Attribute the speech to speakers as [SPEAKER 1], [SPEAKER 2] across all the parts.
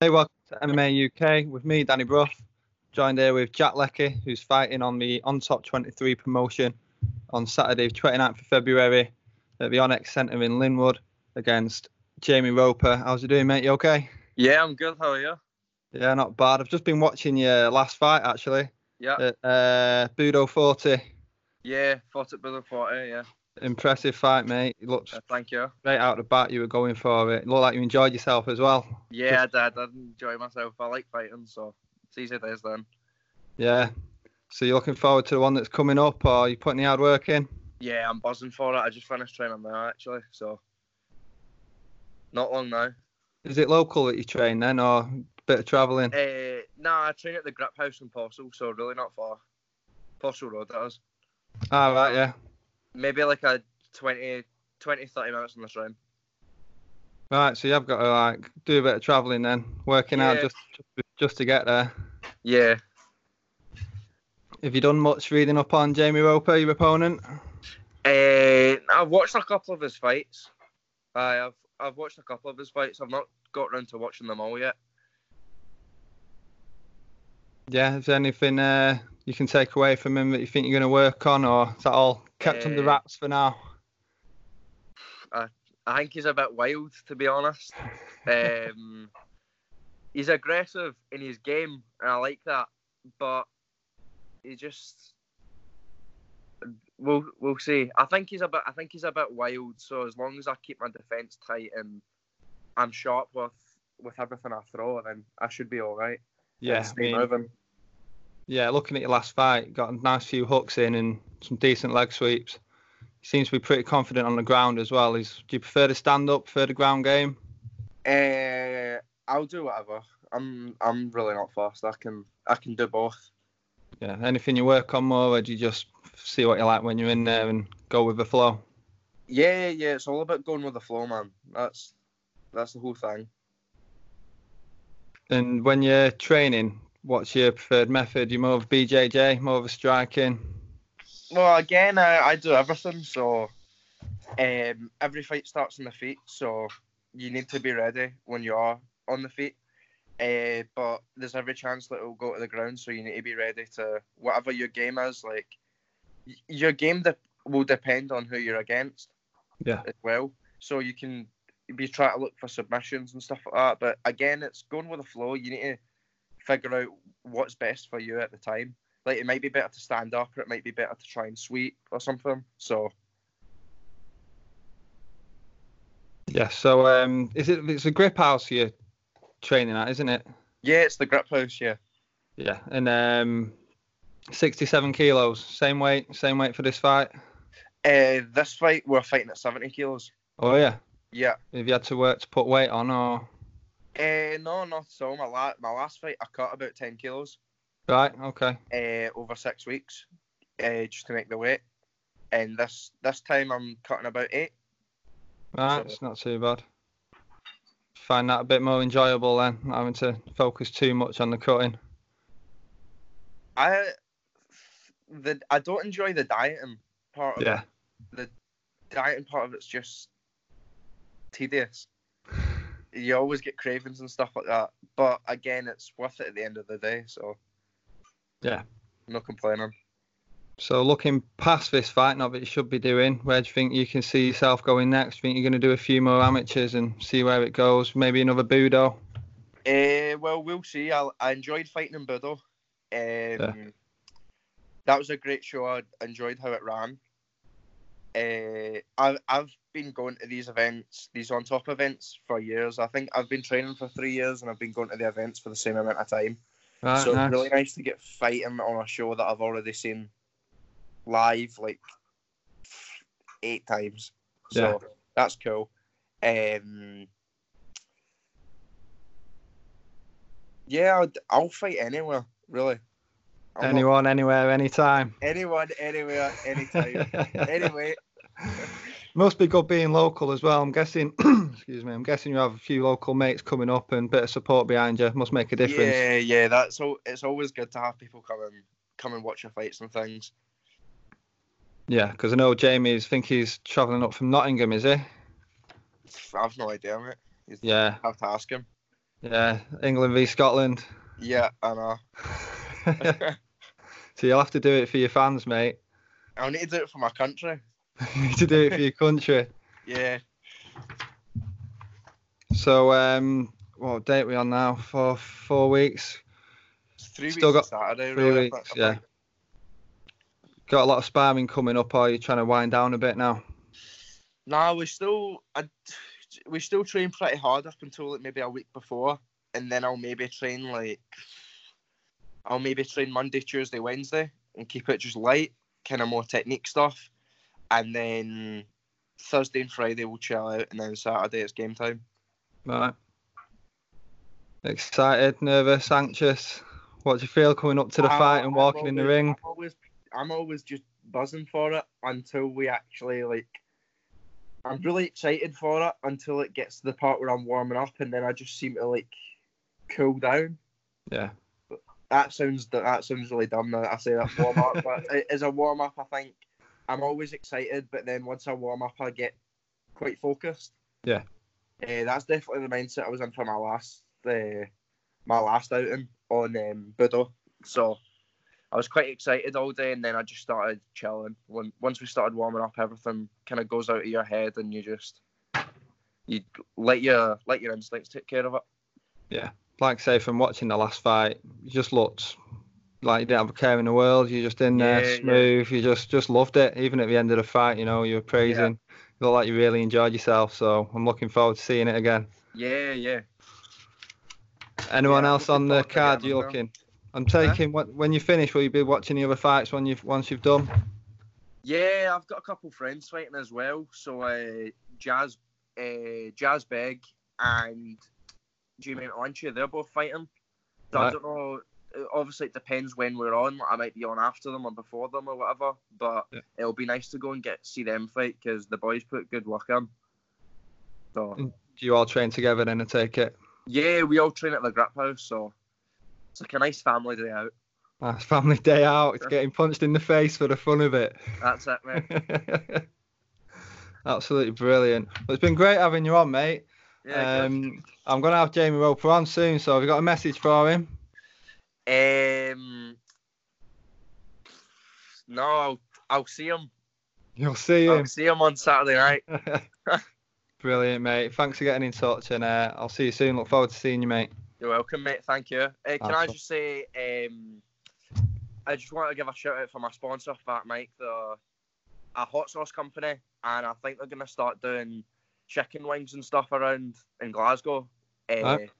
[SPEAKER 1] Hey, welcome to MMA UK with me, Danny Bruff. Joined here with Jack Leckie, who's fighting on the On Top 23 promotion on Saturday, 29th of February, at the Onyx Centre in Linwood against Jamie Roper. How's you doing, mate? You okay?
[SPEAKER 2] Yeah, I'm good. How are you?
[SPEAKER 1] Yeah, not bad. I've just been watching your last fight actually
[SPEAKER 2] Yeah.
[SPEAKER 1] at uh, Budo 40.
[SPEAKER 2] Yeah, fought at Brother 40, yeah.
[SPEAKER 1] Impressive fight, mate. You looked
[SPEAKER 2] Uh, thank you.
[SPEAKER 1] straight out the bat. You were going for it. Looked like you enjoyed yourself as well.
[SPEAKER 2] Yeah, I did. I enjoy myself. I like fighting, so it's easy days then.
[SPEAKER 1] Yeah. So you're looking forward to the one that's coming up, or you putting the hard work in?
[SPEAKER 2] Yeah, I'm buzzing for it. I just finished training now, actually, so not long now.
[SPEAKER 1] Is it local that you train then, or a bit of travelling?
[SPEAKER 2] Uh, nah, I train at the Grip House in Postle, so really not far. Postle Road, that is.
[SPEAKER 1] All Ah, right, yeah.
[SPEAKER 2] Maybe like a 20, 20 30 minutes on the train.
[SPEAKER 1] Right, so you have got to like do a bit of travelling then, working out
[SPEAKER 2] Yeah.
[SPEAKER 1] just just to get there.
[SPEAKER 2] Yeah.
[SPEAKER 1] Have you done much reading up on Jamie Roper, your opponent?
[SPEAKER 2] Uh, I've watched a couple of his fights. Aye, I've I've watched a couple of his fights. I've not got round to watching them all yet.
[SPEAKER 1] Yeah, is there anything uh, you can take away from him that you think you're going to work on, or is that all kept under
[SPEAKER 2] Uh,
[SPEAKER 1] wraps for now?
[SPEAKER 2] I think he's a bit wild, to be honest. Um, he's aggressive in his game, and I like that. But he just we'll we'll see. I think he's a bit I think he's a bit wild. So as long as I keep my defense tight and I'm sharp with with everything I throw, then I should be all right.
[SPEAKER 1] Yeah,
[SPEAKER 2] and
[SPEAKER 1] I
[SPEAKER 2] stay
[SPEAKER 1] mean,
[SPEAKER 2] moving.
[SPEAKER 1] yeah. Looking at your last fight, got a nice few hooks in and some decent leg sweeps. He seems to be pretty confident on the ground as well. Is do you prefer to stand up, prefer the ground game?
[SPEAKER 2] Uh, I'll do whatever. I'm I'm really not fast. I can I can do both.
[SPEAKER 1] Yeah, anything you work on more, or do you just see what you like when you're in there and go with the flow?
[SPEAKER 2] Yeah, yeah. It's all about going with the flow, man. That's that's the whole thing.
[SPEAKER 1] And when you're training, what's your preferred method? You more of BJJ, more of a striking?
[SPEAKER 2] Well, again, I, I do everything. So, um, every fight starts on the feet. So you need to be ready when you are on the feet. Uh, but there's every chance that it will go to the ground. So you need to be ready to whatever your game is. Like y- your game de- will depend on who you're against.
[SPEAKER 1] Yeah.
[SPEAKER 2] as well. So you can be trying to look for submissions and stuff like that. But again, it's going with the flow. You need to figure out what's best for you at the time. Like it might be better to stand up, or it might be better to try and sweep or something. So
[SPEAKER 1] Yeah. So, um, is it? It's a grip house you're training at, isn't it?
[SPEAKER 2] yeah, it's the grip house. Yeah,
[SPEAKER 1] Yeah. And um, 67 kilos, same weight, same weight for this fight.
[SPEAKER 2] uh, this fight we're fighting at seventy kilos.
[SPEAKER 1] Oh yeah.
[SPEAKER 2] Yeah.
[SPEAKER 1] Have you had to work to put weight on, or
[SPEAKER 2] Uh, no, not so. My la- my last fight, I cut about ten kilos
[SPEAKER 1] right? Okay.
[SPEAKER 2] uh, over six weeks, uh, just to make the weight. And this this time I'm cutting about eight.
[SPEAKER 1] Right,
[SPEAKER 2] So-
[SPEAKER 1] it's not too bad. Find that a bit more enjoyable then, not having to focus too much on the cutting.
[SPEAKER 2] I the I don't enjoy the dieting part of
[SPEAKER 1] Yeah,
[SPEAKER 2] it. Dieting part of it's just tedious. You always get cravings and stuff like that. But again, it's worth it at the end of the day, so
[SPEAKER 1] Yeah.
[SPEAKER 2] No complaining.
[SPEAKER 1] So looking past this fight, not that you should be doing, where do you think you can see yourself going next? think you're going to do a few more amateurs and see where it goes? Maybe another Budo?
[SPEAKER 2] Uh, well, we'll see. I, I enjoyed fighting in Budo. Um, That was a great show. I enjoyed how it ran. Uh, I, I've been going to these events, these on top events, for years. I think I've been training for three years and I've been going to the events for the same amount of time.
[SPEAKER 1] Right,
[SPEAKER 2] so
[SPEAKER 1] nice.
[SPEAKER 2] it's really nice to get fighting on a show that I've already seen live like eight times. So
[SPEAKER 1] Yeah.
[SPEAKER 2] that's cool. Um, yeah, I'd, I'll fight anywhere, really. I'm not-
[SPEAKER 1] Anyone, anywhere, anytime.
[SPEAKER 2] anyone, anywhere, anytime. anyway,
[SPEAKER 1] Must be good being local as well. I'm guessing. excuse me. I'm guessing you have a few local mates coming up and bit of support behind you. Must make a difference.
[SPEAKER 2] yeah, yeah, that's all. It's always good to have people come and come and watch your fights and things.
[SPEAKER 1] Yeah, because I know Jamie's think he's travelling up from Nottingham, is he?
[SPEAKER 2] I've no idea, mate.
[SPEAKER 1] Yeah,
[SPEAKER 2] I have to ask him.
[SPEAKER 1] Yeah, England v Scotland.
[SPEAKER 2] Yeah, I know.
[SPEAKER 1] so you'll have to do it for your fans, mate.
[SPEAKER 2] I need to do it for my country.
[SPEAKER 1] you need to do it for your country.
[SPEAKER 2] Yeah.
[SPEAKER 1] So, um, what date we on now? For four weeks.
[SPEAKER 2] It's three
[SPEAKER 1] Still
[SPEAKER 2] weeks on Saturday,
[SPEAKER 1] three
[SPEAKER 2] really. I
[SPEAKER 1] weeks,
[SPEAKER 2] think- I
[SPEAKER 1] yeah.
[SPEAKER 2] think-
[SPEAKER 1] Got a lot of sparring coming up. Are you trying to wind down a bit now?
[SPEAKER 2] Nah, we still I, we still train pretty hard up until like maybe a week before, and then I'll maybe train like I'll maybe train Monday, Tuesday, Wednesday, and keep it just light, kind of more technique stuff, and then Thursday and Friday we'll chill out, and then Saturday it's game time.
[SPEAKER 1] Right. Excited, nervous, anxious. What do you feel coming up to the
[SPEAKER 2] I-
[SPEAKER 1] fight and
[SPEAKER 2] I'm
[SPEAKER 1] walking in the
[SPEAKER 2] always-
[SPEAKER 1] ring?
[SPEAKER 2] I'm always, I'm always just buzzing for it until we actually like. I'm really excited for it until it gets to the part where I'm warming up, and then I just seem to like cool down.
[SPEAKER 1] Yeah.
[SPEAKER 2] That sounds that sounds really dumb now that I say that warm up, but it is a warm up. I think I'm always excited, but then once I warm up, I get quite focused.
[SPEAKER 1] Yeah.
[SPEAKER 2] Eh, that's definitely the mindset I was in for my last uh, my last outing on um, Budo. So I was quite excited all day, and then I just started chilling. When, once we started warming up, everything kind of goes out of your head, and you just you let your let your instincts take care of it.
[SPEAKER 1] Like I say, from watching the last fight, you just looked like you didn't have a care in the world. You're just in there,
[SPEAKER 2] Yeah, yeah.
[SPEAKER 1] smooth. You just just loved it. Even at the end of the fight, you know, you were praising. You looked like you really enjoyed yourself. So I'm looking forward to seeing it again.
[SPEAKER 2] Yeah, yeah.
[SPEAKER 1] Anyone
[SPEAKER 2] Yeah, I'm
[SPEAKER 1] else on
[SPEAKER 2] looking
[SPEAKER 1] the
[SPEAKER 2] forward to
[SPEAKER 1] card
[SPEAKER 2] that
[SPEAKER 1] you're
[SPEAKER 2] as well.
[SPEAKER 1] looking? I'm
[SPEAKER 2] Huh?
[SPEAKER 1] taking when- when you finish, will you be watching the other fights when you've once you've done?
[SPEAKER 2] Yeah, I've got a couple friends fighting as well. So uh, Jazz, uh, Jazz Beg, and Jamie Lancha, they're both fighting. So I
[SPEAKER 1] Right.
[SPEAKER 2] don't know. uh, Obviously, it depends when we're on. Like, I might be on after them or before them or whatever. But
[SPEAKER 1] Yeah.
[SPEAKER 2] it'll be nice to go and get see them fight because the boys put good work in. So
[SPEAKER 1] Do you all train together then? I take it.
[SPEAKER 2] yeah, we all train at the grip house, so it's like a nice family day out.
[SPEAKER 1] That's family day out. It's
[SPEAKER 2] Yeah.
[SPEAKER 1] getting punched in the face for the fun of it.
[SPEAKER 2] That's it, mate.
[SPEAKER 1] Absolutely brilliant. Well, it's been great having you on, mate.
[SPEAKER 2] Yeah, good.
[SPEAKER 1] um, I'm going to have Jamie Roper on soon, so have you got a message for him?
[SPEAKER 2] Um, no, I'll, I'll see him.
[SPEAKER 1] You'll see
[SPEAKER 2] I'll
[SPEAKER 1] him.
[SPEAKER 2] see him on Saturday night.
[SPEAKER 1] brilliant, mate. Thanks for getting in touch, and uh, I'll see you soon. Look forward to seeing you, mate.
[SPEAKER 2] You're welcome, mate. Thank you. Uh, can I
[SPEAKER 1] Awesome.
[SPEAKER 2] just say, um, I just want to give a shout out for my sponsor, Fat Mike, the a hot sauce company, and I think they're gonna start doing chicken wings and stuff around in Glasgow. Uh,
[SPEAKER 1] Right.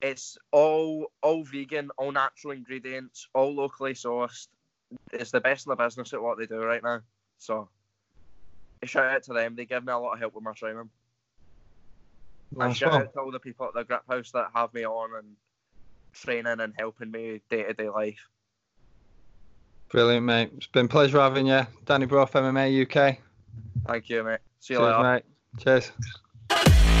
[SPEAKER 2] It's all all vegan, all natural ingredients, all locally sourced. It's the best in the business at what they do right now. So, a shout out to them. They give me a lot of help with my training. And
[SPEAKER 1] Nice
[SPEAKER 2] shout
[SPEAKER 1] one.
[SPEAKER 2] out to all the people at the grip house that have me on and training and helping me day to day life.
[SPEAKER 1] Brilliant, mate. It's been a pleasure having you. Danny Brough, MMA UK.
[SPEAKER 2] Thank you, mate. See you
[SPEAKER 1] Cheers,
[SPEAKER 2] later.
[SPEAKER 1] mate. Cheers.